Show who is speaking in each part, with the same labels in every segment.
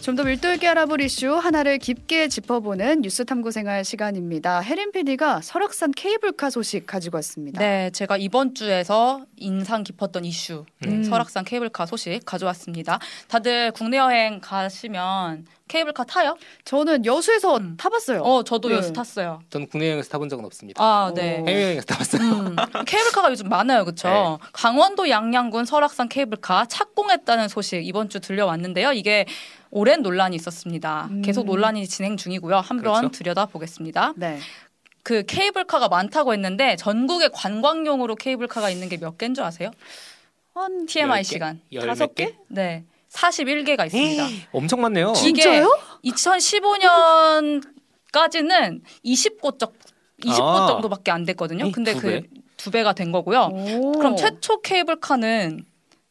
Speaker 1: 좀 더 밀도 있게 알아볼 이슈 하나를 깊게 짚어보는 뉴스 탐구 생활 시간입니다. 혜린 PD가 설악산 케이블카 소식 가지고 왔습니다.
Speaker 2: 네, 제가 이번 주에서 인상 깊었던 이슈,
Speaker 1: 음.
Speaker 2: 설악산 케이블카 소식 가져왔습니다. 다들 국내 여행 가시면 케이블카 타요?
Speaker 1: 저는 여수에서
Speaker 2: 음.
Speaker 1: 타봤어요.
Speaker 2: 어, 저도
Speaker 1: 네.
Speaker 2: 여수 탔어요.
Speaker 3: 저는 국내 여행에서 타본 적은 없습니다.
Speaker 2: 아, 네.
Speaker 1: 오.
Speaker 3: 해외여행에서 타봤어요.
Speaker 2: 음, 케이블카가 요즘 많아요, 그쵸?
Speaker 3: 네.
Speaker 2: 강원도 양양군 설악산 케이블카 착공했다는 소식 이번 주 들려왔는데요. 이게 오랜 논란이 있었습니다.
Speaker 1: 음.
Speaker 2: 계속 논란이 진행 중이고요. 한번
Speaker 3: 그렇죠.
Speaker 2: 들여다보겠습니다.
Speaker 1: 네.
Speaker 2: 그 케이블카가 많다고 했는데 전국에 관광용으로 케이블카가 있는 게 몇 개인 줄 아세요?
Speaker 1: 한
Speaker 2: TMI
Speaker 3: 열 개?
Speaker 2: 시간.
Speaker 3: 열몇
Speaker 1: 다섯 개?
Speaker 2: 네. 41개가 있습니다.
Speaker 3: 엄청 많네요.
Speaker 2: 진-
Speaker 1: 진짜요?
Speaker 2: 2015년까지는 20곳 적 20곳
Speaker 3: 아.
Speaker 2: 정도밖에 안 됐거든요.
Speaker 3: 에이,
Speaker 2: 근데
Speaker 3: 두
Speaker 2: 그
Speaker 3: 배?
Speaker 2: 두 배가 된
Speaker 3: 어.
Speaker 2: 거고요.
Speaker 1: 네, 오.
Speaker 2: 그럼 최초 케이블카는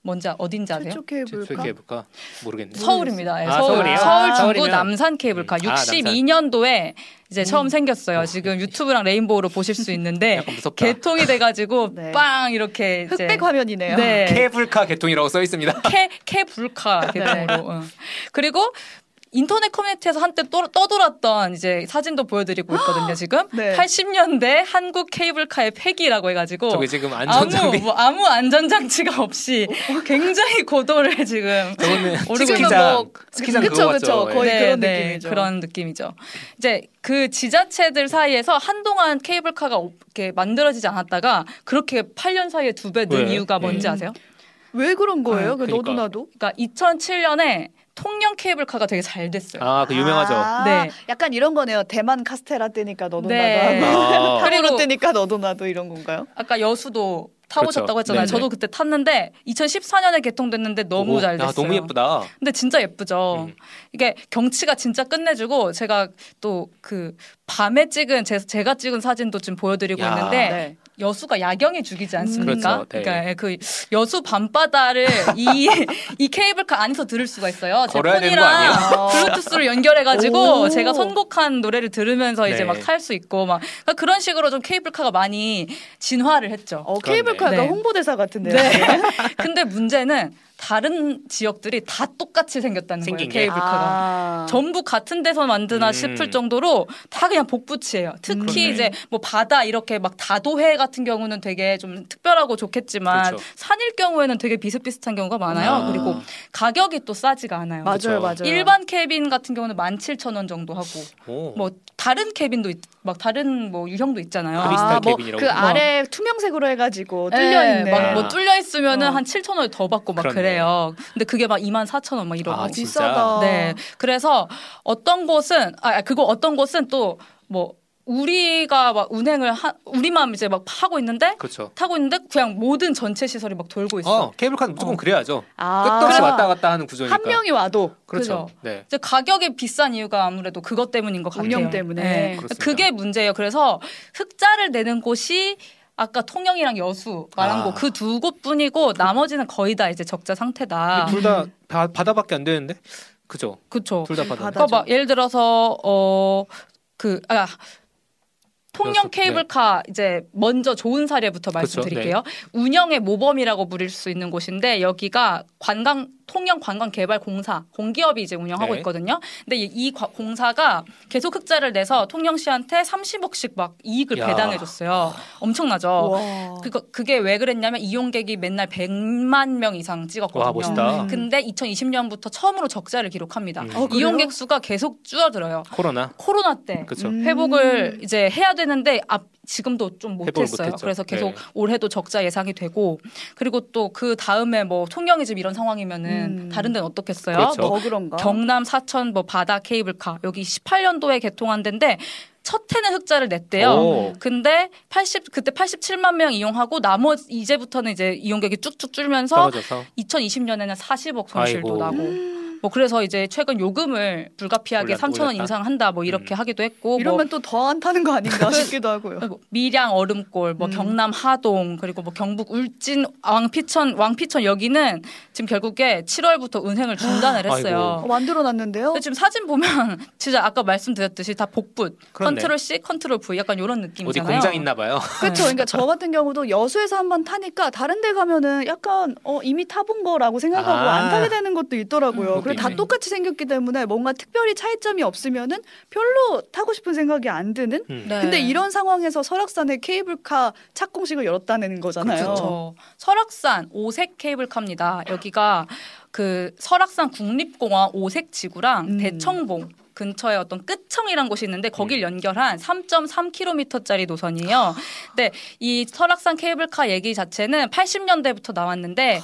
Speaker 2: 뭔지 아- 어딘지 아세요?
Speaker 1: 최초
Speaker 3: 최초의
Speaker 1: 케이블카.
Speaker 3: 케이블카 모르겠네요.
Speaker 2: 서울입니다. 예,
Speaker 3: 아,
Speaker 2: 서울.
Speaker 1: 서울이요?
Speaker 2: 서울 중구
Speaker 3: 서울이면-
Speaker 2: 남산 케이블카
Speaker 3: 음. 아, 남산.
Speaker 2: 62년도에 이제 처음 생겼어요.
Speaker 3: 어.
Speaker 2: 지금 유튜브랑 레인보우로 보실 수 있는데
Speaker 3: 약간 무섭다.
Speaker 2: 개통이 돼가지고
Speaker 1: 네.
Speaker 2: 빵 이렇게 이제
Speaker 1: 흑백 화면이네요.
Speaker 2: 네.
Speaker 3: 케이블카 개통이라고 써 있습니다.
Speaker 2: 케,
Speaker 1: 네.
Speaker 2: 케불카 개통으로. 응. 그리고 인터넷 커뮤니티에서 한때 떠, 떠돌았던 이제 사진도 보여드리고 있거든요, 지금.
Speaker 1: 네.
Speaker 2: 80년대 한국 케이블카의 폐기라고 해가지고.
Speaker 3: 저게 지금
Speaker 2: 어. 아무,
Speaker 3: 안전장비.
Speaker 2: 뭐, 아무 안전장치가 없이
Speaker 1: 어,
Speaker 2: 굉장히 고도를 지금.
Speaker 3: 저거는
Speaker 2: 오르고
Speaker 1: 지금은
Speaker 3: 스키장
Speaker 1: 뭐
Speaker 3: 스키장
Speaker 1: 그쵸,
Speaker 3: 그거
Speaker 1: 그쵸.
Speaker 3: 같죠.
Speaker 1: 거의
Speaker 3: 예.
Speaker 1: 그런 느낌이죠.
Speaker 2: 네, 그런 느낌이죠. 이제 그 지자체들 사이에서 한동안 케이블카가 없- 이렇게 만들어지지 않았다가 그렇게 8년 사이에 두 배 는
Speaker 3: 네.
Speaker 2: 이유가 뭔지
Speaker 1: 음.
Speaker 2: 아세요?
Speaker 1: 왜 그런 거예요?
Speaker 3: 아,
Speaker 1: 그
Speaker 3: 그러니까.
Speaker 1: 너도 나도?
Speaker 2: 그러니까 2007년에 통영 케이블카가 되게 잘 됐어요.
Speaker 3: 아, 그 유명하죠.
Speaker 1: 아,
Speaker 2: 네.
Speaker 1: 약간 이런 거네요. 대만 카스테라 뜨니까 너도
Speaker 2: 네.
Speaker 1: 나도. 하고.
Speaker 3: 아.
Speaker 1: 타로로
Speaker 2: 그리고-
Speaker 1: 뜨니까 너도 나도 이런 건가요?
Speaker 2: 아까 여수도 타보셨다고
Speaker 3: 그렇죠.
Speaker 2: 했잖아요.
Speaker 3: 네네.
Speaker 2: 저도 그때 tas는데 2014년에 개통됐는데 너무
Speaker 3: 오,
Speaker 2: 잘
Speaker 3: 야,
Speaker 2: 됐어요.
Speaker 3: 너무 예쁘다.
Speaker 2: 근데 진짜 예쁘죠.
Speaker 3: 음.
Speaker 2: 이게 경치가 진짜 끝내주고 제가 또 그 밤에 찍은 제, 제가 찍은 사진도 지금 보여드리고
Speaker 3: 야.
Speaker 2: 있는데
Speaker 1: 네.
Speaker 2: 여수가 야경이 죽이지 않습니까?
Speaker 3: 그렇죠. 네.
Speaker 2: 러니까그 여수 밤바다를 이, 이 케이블카 안에서 들을 수가 있어요. 제
Speaker 3: 걸어야 되는 거
Speaker 2: 폰이랑
Speaker 1: 아니에요?
Speaker 2: 블루투스를 연결해가지고
Speaker 1: 오.
Speaker 2: 제가 선곡한 노래를 들으면서 이제
Speaker 3: 네.
Speaker 2: 막 탈 수 있고 막 그러니까 그런 식으로 좀 케이블카가 많이 진화를 했죠.
Speaker 1: 어,
Speaker 3: 그렇네.
Speaker 1: 케이블카가
Speaker 2: 네.
Speaker 1: 홍보대사 같은데요.
Speaker 2: 네. 근데 문제는 다른 지역들이 다 똑같이 생겼다는 거예요.
Speaker 3: 생긴 게.
Speaker 2: 케이블카가.
Speaker 1: 아.
Speaker 2: 전부 같은 데서 만드나
Speaker 3: 음.
Speaker 2: 싶을 정도로 다 그냥 복붙이에요. 특히
Speaker 3: 그렇네.
Speaker 2: 이제 뭐 바다 이렇게 막 다도해 같은 경우는 되게 좀 특별하고 좋겠지만
Speaker 3: 그렇죠.
Speaker 2: 산일 경우에는 되게 비슷비슷한 경우가 많아요.
Speaker 3: 아.
Speaker 2: 그리고 가격이 또 싸지가 않아요.
Speaker 1: 맞아요,
Speaker 3: 그쵸.
Speaker 1: 맞아요.
Speaker 2: 일반 캐빈 같은 경우는 17,000원 정도 하고
Speaker 3: 오.
Speaker 2: 뭐 다른 캐빈도 있- 막 다른 뭐 유형도 있잖아요.
Speaker 3: 크리스탈
Speaker 1: 아, 뭐
Speaker 3: 케빈이라고.
Speaker 1: 그
Speaker 3: 뭐.
Speaker 1: 아래 투명색으로 해가지고 뚫려 있네.
Speaker 3: 막
Speaker 2: 막뭐 뚫려 있으면은
Speaker 1: 어.
Speaker 2: 한 7천 원을 더 받고 막
Speaker 3: 그렇네.
Speaker 2: 그래요 근데 그게 막 2만 4천 원 막 이러고.
Speaker 3: 아, 진짜?
Speaker 1: 비싸다.
Speaker 2: 네. 그래서 어떤 곳은 아 그거 어떤 곳은 또 뭐 우리가 막 운행을 하, 우리만 이제 막 하고 있는데
Speaker 3: 그렇죠.
Speaker 2: 타고 있는데 그냥 모든 전체 시설이 막 돌고 있어.
Speaker 3: 어, 케이블카는 무조건
Speaker 2: 어.
Speaker 3: 그래야죠.
Speaker 1: 아,
Speaker 3: 끝없이
Speaker 1: 그래서
Speaker 3: 왔다 갔다 하는 구조니까.
Speaker 1: 한 명이 와도
Speaker 3: 그렇죠.
Speaker 2: 그죠.
Speaker 3: 네.
Speaker 2: 이제 가격이 비싼 이유가 아무래도 그것 때문인 것 같아요. 네.
Speaker 1: 운영 때문에.
Speaker 3: 그렇습니다.
Speaker 2: 그게 문제예요. 그래서 흑자를 내는 곳이 아까 통영이랑 여수 말한
Speaker 3: 아.
Speaker 2: 곳 그 두 곳뿐이고 나머지는 거의 다 이제 적자 상태다.
Speaker 3: 둘 다 바다밖에 안 되는데. 그죠.
Speaker 2: 그렇죠.
Speaker 3: 둘 다
Speaker 1: 바다.
Speaker 3: 바다.
Speaker 2: 그러니까 막 예를 들어서 어그아 통영
Speaker 3: 여섯,
Speaker 2: 케이블카 이제 먼저 좋은 사례부터
Speaker 3: 네. 그렇죠,
Speaker 2: 말씀드릴게요. 운영의 모범이라고 부를 수 있는 곳인데 여기가 관광 통영 관광 개발 공사 공기업이 이제 운영하고
Speaker 3: 네.
Speaker 2: 있거든요. 근데 이- 이 과- 공사가 계속 흑자를 내서 통영시한테 30억씩 막 이익을
Speaker 3: 야.
Speaker 2: 배당해 줬어요. 엄청나죠.
Speaker 1: 와.
Speaker 2: 그거 그게 왜 그랬냐면 이용객이 맨날 100만 명 이상 찍었거든요.
Speaker 3: 와, 멋있다.
Speaker 1: 음.
Speaker 2: 근데 2020년부터 처음으로 적자를 기록합니다.
Speaker 3: 음.
Speaker 1: 어, 그래요?
Speaker 2: 이용객 수가 계속 줄어들어요.
Speaker 3: 코로나.
Speaker 2: 코로나 때
Speaker 3: 그렇죠.
Speaker 1: 음.
Speaker 2: 회복을 이제 해야 되는데 앞 지금도 좀
Speaker 3: 회복을
Speaker 2: 못했어요.
Speaker 3: 못했죠.
Speaker 2: 그래서 계속
Speaker 3: 네.
Speaker 2: 올해도 적자 예상이 되고 그리고 또 그 다음에 뭐 통영이 지금 이런 상황이면은
Speaker 1: 음.
Speaker 2: 다른 데는 어떻겠어요?
Speaker 3: 그렇죠.
Speaker 2: 뭐
Speaker 1: 더 그런가?
Speaker 2: 경남 사천 뭐 바다 케이블카 여기 18년도에 개통한 데인데 첫 해는 흑자를 냈대요.
Speaker 3: 오.
Speaker 2: 근데 80 그때 87만 명 이용하고 나머지 이제부터는 이제 이용객이 쭉쭉 줄면서
Speaker 3: 떨어져서.
Speaker 2: 2020년에는 40억 손실도
Speaker 3: 아이고.
Speaker 2: 나고
Speaker 1: 음.
Speaker 2: 뭐 그래서 이제 최근 요금을 불가피하게
Speaker 3: 올랐-
Speaker 2: 3천 원
Speaker 3: 올랐다? 음.
Speaker 2: 인상한다 뭐 이렇게 하기도 했고 뭐,
Speaker 1: 이러면 또 더 안 타는 거 아닌가 싶기도 하고요.
Speaker 2: 뭐 밀양 얼음골 뭐
Speaker 1: 음.
Speaker 2: 경남 하동 그리고 뭐 경북 울진 왕피천 왕피천 여기는 지금 결국에 7월부터 운행을 중단을 했어요.
Speaker 1: 어, 만들어놨는데요.
Speaker 2: 근데 지금 사진 보면 진짜 아까 말씀드렸듯이 다 복붙
Speaker 3: 그렇네.
Speaker 2: 컨트롤 C 컨트롤 V 약간 이런
Speaker 3: 어디
Speaker 2: 느낌이잖아요.
Speaker 3: 공장 있나 봐요.
Speaker 1: 그렇죠. 그러니까 저 같은 경우도 여수에서 한번 타니까 다른 데 가면은 약간 어, 이미 타본 거라고 생각하고
Speaker 3: 아.
Speaker 1: 안 타게 되는 것도 있더라고요.
Speaker 3: 음,
Speaker 1: 그래서 다
Speaker 2: 음.
Speaker 1: 똑같이 생겼기 때문에 뭔가 특별히 차이점이 없으면은 별로 타고 싶은 생각이 안 드는.
Speaker 3: 음.
Speaker 2: 네.
Speaker 1: 근데 이런 상황에서 설악산에 케이블카 착공식을 열었다는 거잖아요.
Speaker 2: 그렇죠. 설악산 오색 케이블카입니다. 여기가 그 설악산 국립공원 오색 지구랑
Speaker 1: 음.
Speaker 2: 대청봉 근처에 어떤 끝청이라는 곳이 있는데 거길 연결한 3.3km짜리 노선이에요. 근데 이 설악산 케이블카 얘기 자체는 80년대부터 나왔는데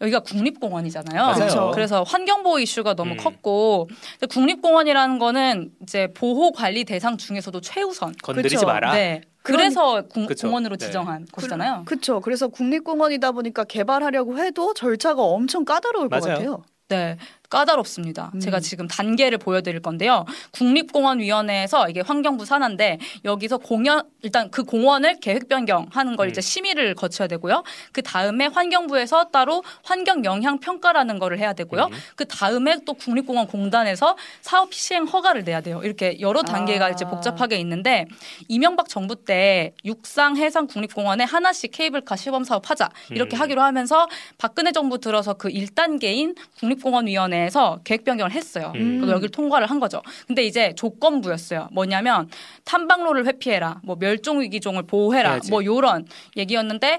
Speaker 2: 여기가 국립공원이잖아요.
Speaker 3: 맞아요.
Speaker 1: 그렇죠.
Speaker 2: 그래서 환경보호 이슈가 너무
Speaker 3: 음.
Speaker 2: 컸고 근데 국립공원이라는 거는 이제 보호 관리 대상 중에서도 최우선.
Speaker 3: 건드리지
Speaker 1: 그쵸.
Speaker 3: 마라.
Speaker 2: 네. 그래서 공,
Speaker 3: 그쵸.
Speaker 2: 원으로
Speaker 3: 네.
Speaker 2: 지정한 곳이잖아요.
Speaker 1: 그렇죠. 그래서 국립공원이다 보니까 개발하려고 해도 절차가 엄청 까다로울 것
Speaker 3: 맞아요.
Speaker 1: 같아요.
Speaker 2: 네, 까다롭습니다.
Speaker 1: 음.
Speaker 2: 제가 지금 단계를 보여드릴 건데요. 국립공원위원회에서 이게 환경부 산하인데 여기서 공연 일단 그 공원을 계획 변경하는 걸
Speaker 1: 네.
Speaker 3: 음.
Speaker 2: 이제 심의를 거쳐야 되고요. 그 다음에 환경부에서 따로 환경 영향 평가라는 거를 해야 되고요.
Speaker 1: 네.
Speaker 3: 음.
Speaker 2: 그 다음에 또 국립공원 공단에서 사업 시행 허가를 내야 돼요. 이렇게 여러 단계가
Speaker 1: 아.
Speaker 2: 이제 복잡하게 있는데 이명박 정부 때 육상 해상 국립공원에 하나씩 케이블카 시범 사업 하자 이렇게
Speaker 3: 음.
Speaker 2: 하기로 하면서 박근혜 정부 들어서 그 1단계인 국립공원위원회에서 계획 변경을 했어요.
Speaker 3: 음.
Speaker 2: 그래서 여기를 통과를 한 거죠. 근데 이제 조건부였어요. 뭐냐면 탐방로를 회피해라, 뭐 멸종 위기종을 보호해라,
Speaker 3: 해야지.
Speaker 2: 뭐 요런 얘기였는데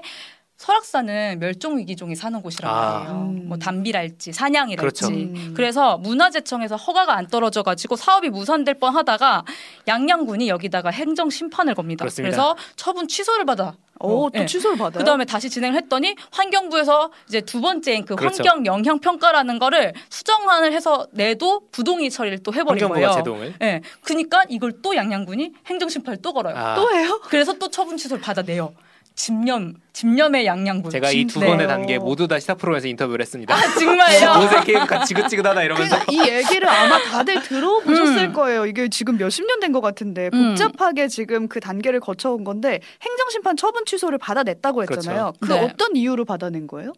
Speaker 2: 설악산은 멸종 위기종이 사는 곳이란
Speaker 3: 아.
Speaker 2: 말이에요.
Speaker 1: 음.
Speaker 2: 뭐 담비랄지 사냥이랄지.
Speaker 3: 그렇죠.
Speaker 1: 음.
Speaker 2: 그래서 문화재청에서 허가가 안 떨어져가지고 사업이 무산될 뻔하다가 양양군이 여기다가 행정 심판을 겁니다.
Speaker 3: 그렇습니다.
Speaker 2: 래서 처분 취소를 받아.
Speaker 3: 어.
Speaker 1: 오, 어, 또
Speaker 2: 네.
Speaker 1: 취소를 받아요.
Speaker 2: 그 다음에 다시 진행을 했더니 환경부에서 이제 두 번째인 그
Speaker 3: 그렇죠.
Speaker 2: 환경 영향 평가라는 거를 수정안을 해서 내도 부동의 처리를 또 해버린
Speaker 3: 환경부가
Speaker 2: 거예요.
Speaker 3: 제동을.
Speaker 2: 예, 그러니까 이걸 또 양양군이 행정 심판을 또 걸어요.
Speaker 3: 아,
Speaker 1: 또 해요?
Speaker 2: 그래서 또 처분 취소를 받아내요. 집념, 집념의 양양군.
Speaker 3: 제가 이 두
Speaker 2: 네.
Speaker 3: 번의 단계 모두 다 시사 프로에서 인터뷰를 했습니다. 뭐
Speaker 2: 아 정말요?
Speaker 3: 모세 게임 같이 지긋지긋하다 이러면서
Speaker 1: 그러니까 이 얘기를 아마 다들 들어보셨을
Speaker 2: 음.
Speaker 1: 거예요. 이게 지금 몇십 년 된 것 같은데
Speaker 2: 음.
Speaker 1: 복잡하게 지금 그 단계를 거쳐온 건데 행정심판 처분 취소를 받아냈다고
Speaker 3: 그렇죠.
Speaker 1: 했잖아요. 그
Speaker 2: 네.
Speaker 1: 어떤 이유로 받아낸 거예요?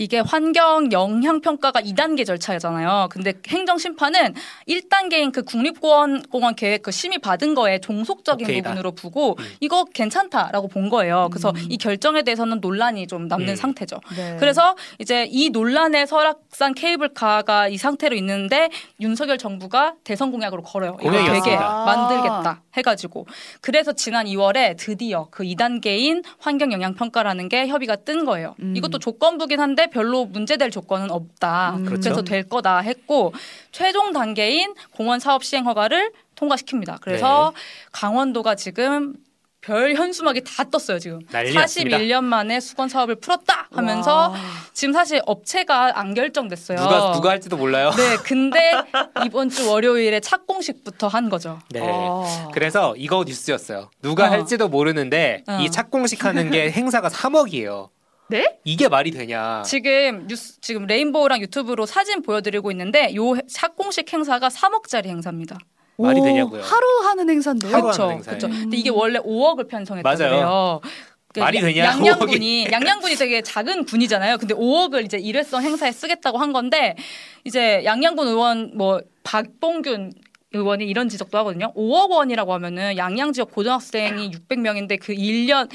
Speaker 2: 이게 환경 영향 평가가 2단계 절차잖아요. 근데 행정 심판은 1단계인 그 국립공원 공원 계획 그 심의 받은 거에 종속적인
Speaker 3: 오케이다. 음.
Speaker 2: 부분으로 보고 이거 괜찮다라고 본 거예요. 그래서 이 결정에 대해서는 논란이 좀 남는
Speaker 3: 음.
Speaker 2: 상태죠.
Speaker 1: 네.
Speaker 2: 그래서 이제 이 논란의 설악산 케이블카가 이 상태로 있는데 윤석열 정부가 대선 공약으로 걸어요. 이거
Speaker 3: 공약이었습니다.
Speaker 2: 되게
Speaker 1: 아.
Speaker 2: 만들겠다 해가지고 그래서 지난 2월에 드디어 그 2단계인 환경 영향 평가라는 게 협의가 뜬 거예요.
Speaker 1: 음.
Speaker 2: 이것도 조건부긴 한데 별로 문제될 조건은 없다.
Speaker 1: 음.
Speaker 2: 그래서
Speaker 3: 그렇죠.
Speaker 2: 될 거다 했고 최종 단계인 공원 사업 시행 허가를 통과시킵니다. 그래서
Speaker 3: 네.
Speaker 2: 강원도가 지금 별 현수막이 다 떴어요 지금
Speaker 3: 난리
Speaker 2: 41년 만에 수건 사업을 풀었다 하면서
Speaker 1: 와.
Speaker 2: 지금 사실 업체가 안 결정됐어요.
Speaker 3: 누가 누가 할지도 몰라요.
Speaker 2: 네, 근데 이번 주 월요일에 착공식부터 한 거죠.
Speaker 3: 네.
Speaker 1: 아.
Speaker 3: 그래서 이거 뉴스였어요. 누가
Speaker 2: 어.
Speaker 3: 할지도 모르는데
Speaker 2: 어.
Speaker 3: 이 착공식하는 게 행사가 3억이에요.
Speaker 1: 네?
Speaker 3: 이게 말이 되냐?
Speaker 2: 지금 뉴스 지금 레인보우랑 유튜브로 사진 보여드리고 있는데 요 해- 착공식 행사가 3억짜리 행사입니다.
Speaker 3: 말이
Speaker 1: 오,
Speaker 3: 되냐고요.
Speaker 1: 하루 하는 행사인데요.
Speaker 3: 하루
Speaker 2: 그렇죠,
Speaker 3: 하는 행사예요.
Speaker 2: 그렇죠. 근데 이게 원래 5억을 편성했다고
Speaker 3: 맞아요.
Speaker 2: 해요. 그
Speaker 3: 말이 되냐,
Speaker 2: 양양군이 양양군이 되게 작은 군이잖아요. 근데 5억을 이제 일회성 행사에 쓰겠다고 한 건데 이제 양양군 의원 뭐 박봉균 의원이 이런 지적도 하거든요. 5억 원이라고 하면은 양양 지역 고등학생이 600명인데 그 1년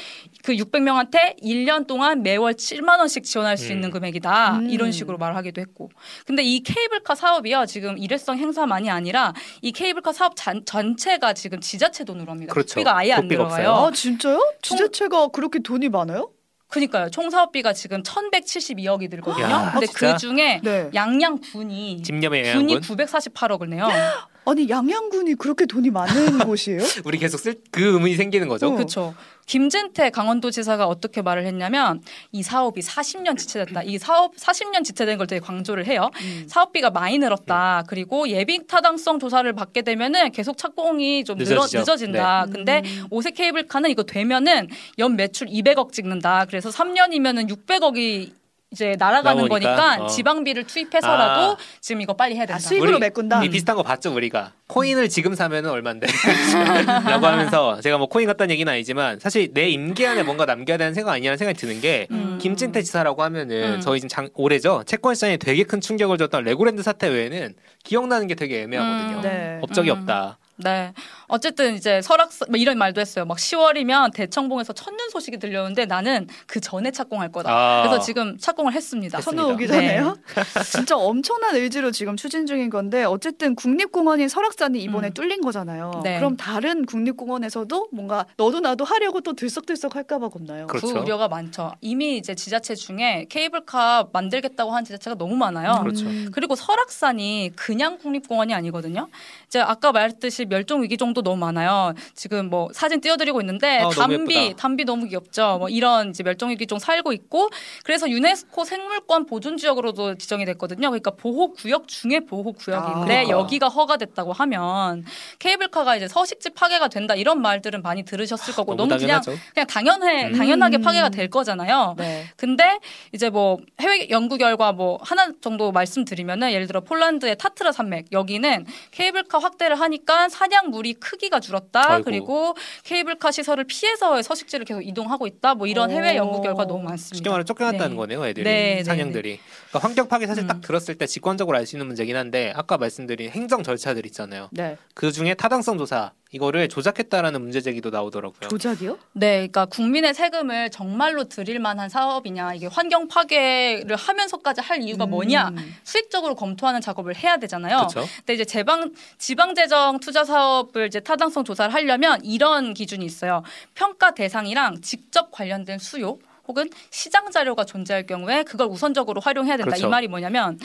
Speaker 2: 그 600명한테 1년 동안 매월 7만 원씩 지원할 수
Speaker 3: 음.
Speaker 2: 있는 금액이다.
Speaker 1: 음.
Speaker 2: 이런 식으로 말을 하기도 했고. 근데 이 케이블카 사업이요. 지금 일회성 행사만이 아니라 이 케이블카 사업 잔- 전체가 지금 지자체 돈으로 합니다.
Speaker 3: 그렇죠.
Speaker 2: 국비가 아예 안
Speaker 3: 국비가
Speaker 2: 들어가요.
Speaker 3: 없어요.
Speaker 1: 아 진짜요? 지자체가 그렇게 돈이 많아요?
Speaker 2: 그니까요. 총 사업비가 지금 1,172억이 들거든요.
Speaker 3: 야,
Speaker 2: 근데
Speaker 3: 진짜?
Speaker 2: 그 중에
Speaker 1: 네.
Speaker 2: 양양군이
Speaker 3: 집념의
Speaker 2: 군이
Speaker 3: 영향군.
Speaker 2: 948억을 내요.
Speaker 1: 아니 양양군이 그렇게 돈이 많은 곳이에요?
Speaker 3: 우리 계속 쓸 그 의문이 생기는 거죠.
Speaker 1: 어.
Speaker 2: 그렇죠. 김진태 강원도지사가 어떻게 말을 했냐면 이 사업이 40년 지체됐다. 이 사업 40년 지체된 걸 되게 강조를 해요.
Speaker 3: 음.
Speaker 2: 사업비가 많이
Speaker 3: 네.
Speaker 2: 늘었다. 그리고 예비 타당성 조사를 받게 되면은 계속 착공이 좀 늦어,
Speaker 3: 늦어지죠.
Speaker 2: 늦어진다.
Speaker 1: 네.
Speaker 2: 근데
Speaker 1: 음.
Speaker 2: 오색 케이블카는 이거 되면은 연 매출 200억 찍는다. 그래서 3년이면은 600억이 이제 날아가는
Speaker 3: 나오니까.
Speaker 2: 거니까
Speaker 3: 어.
Speaker 2: 지방비를 투입해서라도
Speaker 3: 아.
Speaker 2: 지금 이거 빨리 해야 된다.
Speaker 1: 아, 수입으로
Speaker 3: 우리
Speaker 1: 메꾼다.
Speaker 3: 이 비슷한 거 봤죠 우리가 코인을 지금 사면은 얼마인데 라고 하면서 제가 뭐 코인 같다는 얘기는 아니지만 사실 내 임기 안에 뭔가 남겨야 되는 생각 아니라는 생각이 드는 게
Speaker 2: 음.
Speaker 3: 김진태 지사라고 하면은
Speaker 2: 음.
Speaker 3: 저희 지금 장, 올해죠 채권 시장에 되게 큰 충격을 줬던 레고랜드 사태 외에는 기억나는 게 되게 애매하거든요
Speaker 2: 음.
Speaker 1: 네.
Speaker 3: 업적이
Speaker 2: 음.
Speaker 3: 없다
Speaker 2: 네. 어쨌든 이제 설악산 뭐 이런 말도 했어요. 막 10월이면 대청봉에서 첫눈 소식이 들려오는데 나는 그 전에 착공할 거다.
Speaker 3: 아.
Speaker 2: 그래서 지금 착공을 했습니다.
Speaker 3: 했습니다. 네.
Speaker 1: 선호 오기 전에요.
Speaker 2: 네.
Speaker 1: 진짜 엄청난 의지로 지금 추진 중인 건데 어쨌든 국립공원인 설악산이 이번에
Speaker 2: 음.
Speaker 1: 뚫린 거잖아요.
Speaker 2: 네.
Speaker 1: 그럼 다른 국립공원에서도 뭔가 너도 나도 하려고 또 들썩들썩 할까봐 겁나요.
Speaker 3: 그렇죠.
Speaker 2: 그 우려가 많죠. 이미 이제 지자체 중에 케이블카 만들겠다고 한 지자체가 너무 많아요.
Speaker 3: 음. 그렇죠.
Speaker 2: 그리고 설악산이 그냥 국립공원이 아니거든요. 이제 아까 말했듯이 멸종 위기 정도 너무 많아요. 지금 뭐 사진 띄워드리고 있는데
Speaker 3: 아, 너무
Speaker 2: 담비
Speaker 3: 예쁘다.
Speaker 2: 담비 너무 귀엽죠. 뭐 이런 이제 멸종 위기 종 살고 있고 그래서 유네스코 생물권 보존 지역으로도 지정이 됐거든요. 그러니까 보호 구역 중에 보호 구역인데
Speaker 1: 아.
Speaker 2: 여기가 허가됐다고 하면 케이블카가 이제 서식지 파괴가 된다 이런 말들은 많이 들으셨을
Speaker 3: 뭐
Speaker 2: 거고 어, 너무, 그냥
Speaker 3: 아, 당연하죠.
Speaker 2: 그냥 당연해
Speaker 3: 음.
Speaker 2: 당연하게 파괴가 될 거잖아요.
Speaker 1: 네.
Speaker 2: 근데 이제 뭐 해외 연구 결과 뭐 하나 정도 말씀드리면은 예를 들어 폴란드의 타트라 산맥 여기는 케이블카 확대를 하니까 사냥물이 크기가 줄었다
Speaker 3: 아이고.
Speaker 2: 그리고 케이블카 시설을 피해서 서식지를 계속 이동하고 있다 뭐 이런
Speaker 1: 오.
Speaker 2: 해외 연구 결과 너무 많습니다.
Speaker 3: 쉽게 말해 쫓겨났다는
Speaker 2: 네.
Speaker 3: 거네요, 애들이
Speaker 2: 네, 네,
Speaker 3: 사냥들이. 그러니까 환경 파괴 사실
Speaker 2: 음.
Speaker 3: 딱 들었을 때 직관적으로 알 수 있는 문제긴 한데 아까 말씀드린 행정 절차들 있잖아요.
Speaker 1: 네.
Speaker 3: 그 중에 타당성 조사 이거를 조작했다라는 문제 제기도 나오더라고요.
Speaker 1: 조작이요?
Speaker 2: 네, 그러니까 국민의 세금을 정말로 드릴 만한 사업이냐 이게 환경 파괴를 하면서까지 할 이유가 뭐냐
Speaker 1: 음.
Speaker 2: 수익적으로 검토하는 작업을 해야
Speaker 1: 어.
Speaker 2: 되잖아요.
Speaker 3: 그렇죠.
Speaker 2: 근데 이제 재방 지방 재정 투자 사업을 이제 타당성 조사를 하려면 이런 기준이 있어요. 평가 대상이랑 직접 관련된 수요 혹은 시장 자료가 존재할 경우에 그걸 우선적으로 활용해야 된다.
Speaker 3: 그렇죠.
Speaker 2: 이 말이 뭐냐면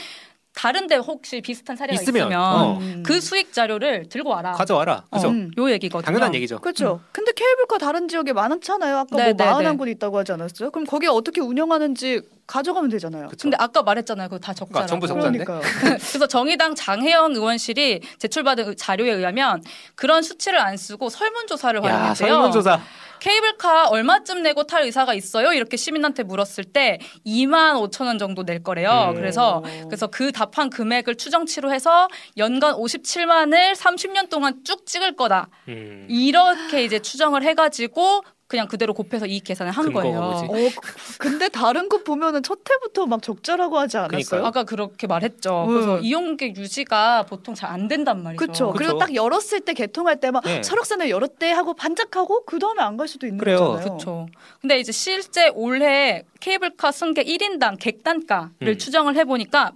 Speaker 2: 다른데 혹시 비슷한 사례가 있으면,
Speaker 3: 있으면, 어.
Speaker 2: 그 수익 자료를 들고 와라.
Speaker 3: 가져와라. 그죠?
Speaker 2: 어,
Speaker 1: 아. 음.
Speaker 2: 요 얘기거든요.
Speaker 3: 당연한 얘기죠.
Speaker 1: 그렇죠. 근데 케이블카 다른 지역에 많잖아요. 아까
Speaker 2: 네,
Speaker 1: 뭐
Speaker 2: 네,
Speaker 1: 마흔한
Speaker 2: 네.
Speaker 1: 곳 있다고 하지 않았어요? 그럼 거기 어떻게 운영하는지 가져가면 되잖아요.
Speaker 3: 그쵸.
Speaker 2: 근데 아까 말했잖아요. 그거 다 적자라고. 음.
Speaker 3: 전부 적자인데?
Speaker 1: 그러니까요.
Speaker 2: 그래서 정의당 장혜영 의원실이 제출받은 그 자료에 의하면 그런 수치를 안 쓰고 설문조사를
Speaker 3: 야,
Speaker 2: 활용했대요.
Speaker 3: 설문조사.
Speaker 2: 케이블카 얼마쯤 내고 탈 의사가 있어요? 이렇게 시민한테 물었을 때 2만 5천 원 정도 낼 거래요.
Speaker 3: 음.
Speaker 1: 어.
Speaker 2: 그래서 그래서 그 답한 금액을 추정치로 해서 연간 57만을 30년 동안 쭉 찍을 거다.
Speaker 3: 음.
Speaker 2: 이렇게 이제 추정을 해가지고 그냥 그대로 곱해서 이익 계산을 한
Speaker 3: 근거가
Speaker 2: 거예요.
Speaker 3: 뭐지?
Speaker 1: 어, 근데 다른 곳 보면은 첫 해부터 막 적자라고 하지 않았어요?
Speaker 3: 그러니까요.
Speaker 2: 아까 그렇게 말했죠.
Speaker 1: 음.
Speaker 2: 그래서 이용객 유지가 보통 잘 안 된단 말이죠.
Speaker 1: 그렇죠. 그리고
Speaker 3: 그쵸.
Speaker 1: 딱 열었을 때 개통할 때막
Speaker 3: 네.
Speaker 1: 설악산을 열었대 하고 반짝하고 그 다음에 안 갈 수도 있는
Speaker 3: 그래요.
Speaker 1: 거잖아요.
Speaker 2: 그렇죠. 근데 이제 실제 올해 케이블카 승객 1인당 객단가를
Speaker 3: 음.
Speaker 2: 추정을 해보니까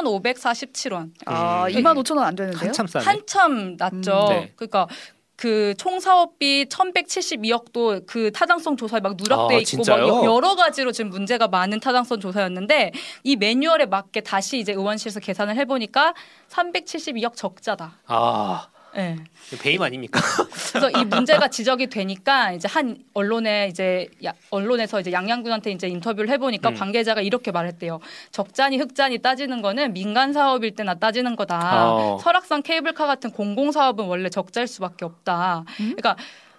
Speaker 2: 17,547원.
Speaker 1: 아,
Speaker 3: 음.
Speaker 1: 2만 5천 원 안 되는데요?
Speaker 3: 한참 싸네.
Speaker 2: 한참 낮죠.
Speaker 3: 음. 네.
Speaker 2: 그러니까 그 총사업비 1172억도 그 타당성 조사에 막 누락돼
Speaker 3: 아,
Speaker 2: 있고 막
Speaker 3: 진짜요?
Speaker 2: 여- 여러 가지로 지금 문제가 많은 타당성 조사였는데 이 매뉴얼에 맞게 다시 이제 의원실에서 계산을 해보니까 372억 적자다.
Speaker 3: 아,
Speaker 2: 예.
Speaker 3: 배임 아닙니까?
Speaker 2: 그래서 이 문제가 지적이 되니까 이제 한 언론에 이제 야- 언론에서 이제 양양군한테 이제 인터뷰를 해보니까
Speaker 3: 음.
Speaker 2: 관계자가 이렇게 말했대요. 적잖이 흑잔이 따지는 거는 민간 사업일 때나 따지는 거다.
Speaker 3: 어.
Speaker 2: 설악산 케이블카 같은 공공 사업은 원래 적자일 수밖에 없다.
Speaker 1: 음?
Speaker 2: 그러니까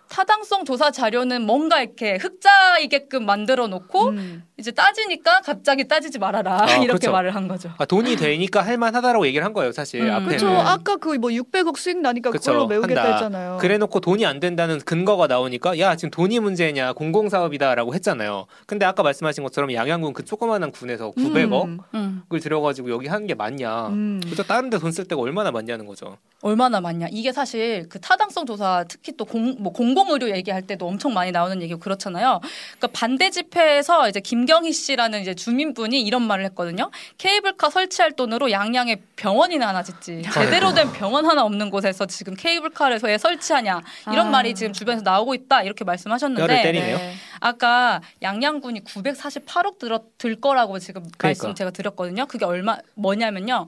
Speaker 2: 타당성 조사 자료는 뭔가 이렇게 흑자이게끔 만들어 놓고
Speaker 1: 음.
Speaker 2: 이제 따지니까 갑자기 따지지 말아라
Speaker 3: 아,
Speaker 2: 이렇게
Speaker 3: 그렇죠.
Speaker 2: 말을 한 거죠.
Speaker 3: 아, 돈이 되니까 할만하다라고 얘기를 한 거예요, 사실.
Speaker 2: 음.
Speaker 3: 앞에는.
Speaker 1: 그렇죠.
Speaker 2: 네.
Speaker 1: 아까 그 뭐 600억 수익 나니까
Speaker 3: 그쵸,
Speaker 1: 그걸로 메우겠다
Speaker 3: 한다.
Speaker 1: 했잖아요.
Speaker 3: 그래놓고 돈이 안 된다는 근거가 나오니까 야 지금 돈이 문제냐 공공사업이다라고 했잖아요. 근데 아까 말씀하신 것처럼 양양군 그 조그마한 군에서 900억을 아,
Speaker 1: 음.
Speaker 2: 음.
Speaker 3: 들여가지고 여기 하는 게 맞냐?
Speaker 1: 음.
Speaker 3: 그죠? 다른데 돈 쓸 데가 얼마나 많냐는 거죠.
Speaker 2: 얼마나 많냐. 이게 사실 그 타당성 조사 특히 또 공, 뭐 공공의료 얘기할 때도 엄청 많이 나오는 얘기고 그렇잖아요. 그러니까 반대 집회에서 이제 김경희 씨라는 이제 주민분이 이런 말을 했거든요. 케이블카 설치할 돈으로 양양에 병원이나 하나 짓지.
Speaker 3: 아,
Speaker 2: 제대로
Speaker 3: 네.
Speaker 2: 된 병원 하나 없는 곳에서 지금 케이블카를 왜 설치하냐. 이런
Speaker 1: 아.
Speaker 2: 말이 지금 주변에서 나오고 있다. 이렇게
Speaker 3: 뼈를
Speaker 2: 말씀하셨는데.
Speaker 3: 때리- 때리네요.
Speaker 1: 네.
Speaker 2: 아까 양양군이 948억 들어, 들 거라고 지금 말씀
Speaker 3: 그러니까.
Speaker 2: 제가 드렸거든요. 그게 얼마 뭐냐면요.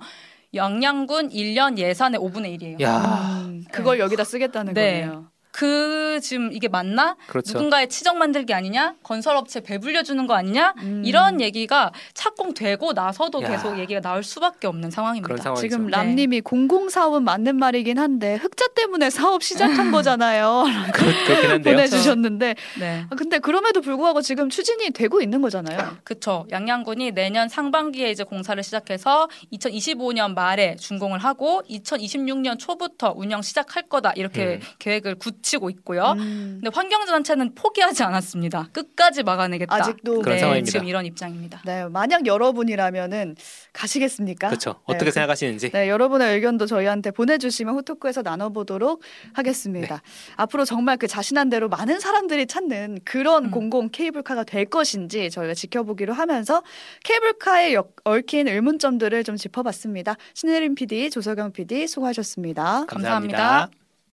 Speaker 2: 양양군 1년 예산의 5분의 1이에요.
Speaker 3: 야
Speaker 1: 음, 그걸 여기다 쓰겠다는
Speaker 2: 네.
Speaker 1: 거네요.
Speaker 2: 그 지금 이게 맞나?
Speaker 1: 음.
Speaker 3: 그렇죠.
Speaker 2: 누군가의 치적 만들기 아니냐? 건설업체 배불려 주는 거 아니냐?
Speaker 1: 음.
Speaker 2: 이런 얘기가 착공되고 나서도
Speaker 3: 야.
Speaker 2: 계속 얘기가 나올 수밖에 없는 상황입니다.
Speaker 3: 그런 상황이죠.
Speaker 1: 지금
Speaker 2: 네.
Speaker 1: 람님이 공공사업은 맞는 말이긴 한데 흑자 때문에 사업 시작한 거잖아요.
Speaker 3: 그, 그렇긴 한데요.
Speaker 1: 보내주셨는데
Speaker 2: 네.
Speaker 1: 아, 근데 그럼에도 불구하고 지금 추진이 되고 있는 거잖아요.
Speaker 2: 그쵸. 양양군이 내년 상반기에 이제 공사를 시작해서 2025년 말에 준공을 하고 2026년 초부터 운영 시작할 거다. 이렇게
Speaker 3: 음.
Speaker 2: 계획을 구, 그치고
Speaker 3: 네.
Speaker 2: 있고요.
Speaker 1: 음.
Speaker 2: 근데 환경단체는 포기하지 않았습니다. 끝까지 막아내겠다.
Speaker 1: 아직도
Speaker 3: 그런
Speaker 2: 네,
Speaker 3: 상황입니다.
Speaker 2: 지금 이런 입장입니다.
Speaker 1: 네, 만약 여러분이라면은 가시겠습니까?
Speaker 3: 그렇죠.
Speaker 1: 네,
Speaker 3: 어떻게 생각하시는지.
Speaker 1: 네, 여러분의 의견도 저희한테 보내주시면 후토크에서 나눠보도록
Speaker 3: 네.
Speaker 1: 하겠습니다. 앞으로 정말 그 자신한 대로 많은 사람들이 찾는 그런
Speaker 2: 음.
Speaker 1: 공공 케이블카가 될 것인지 저희가 지켜보기로 하면서 케이블카에 역- 얽힌 의문점들을 좀 짚어봤습니다. 신혜림 PD, 조석영 PD 수고하셨습니다.
Speaker 2: 감사합니다.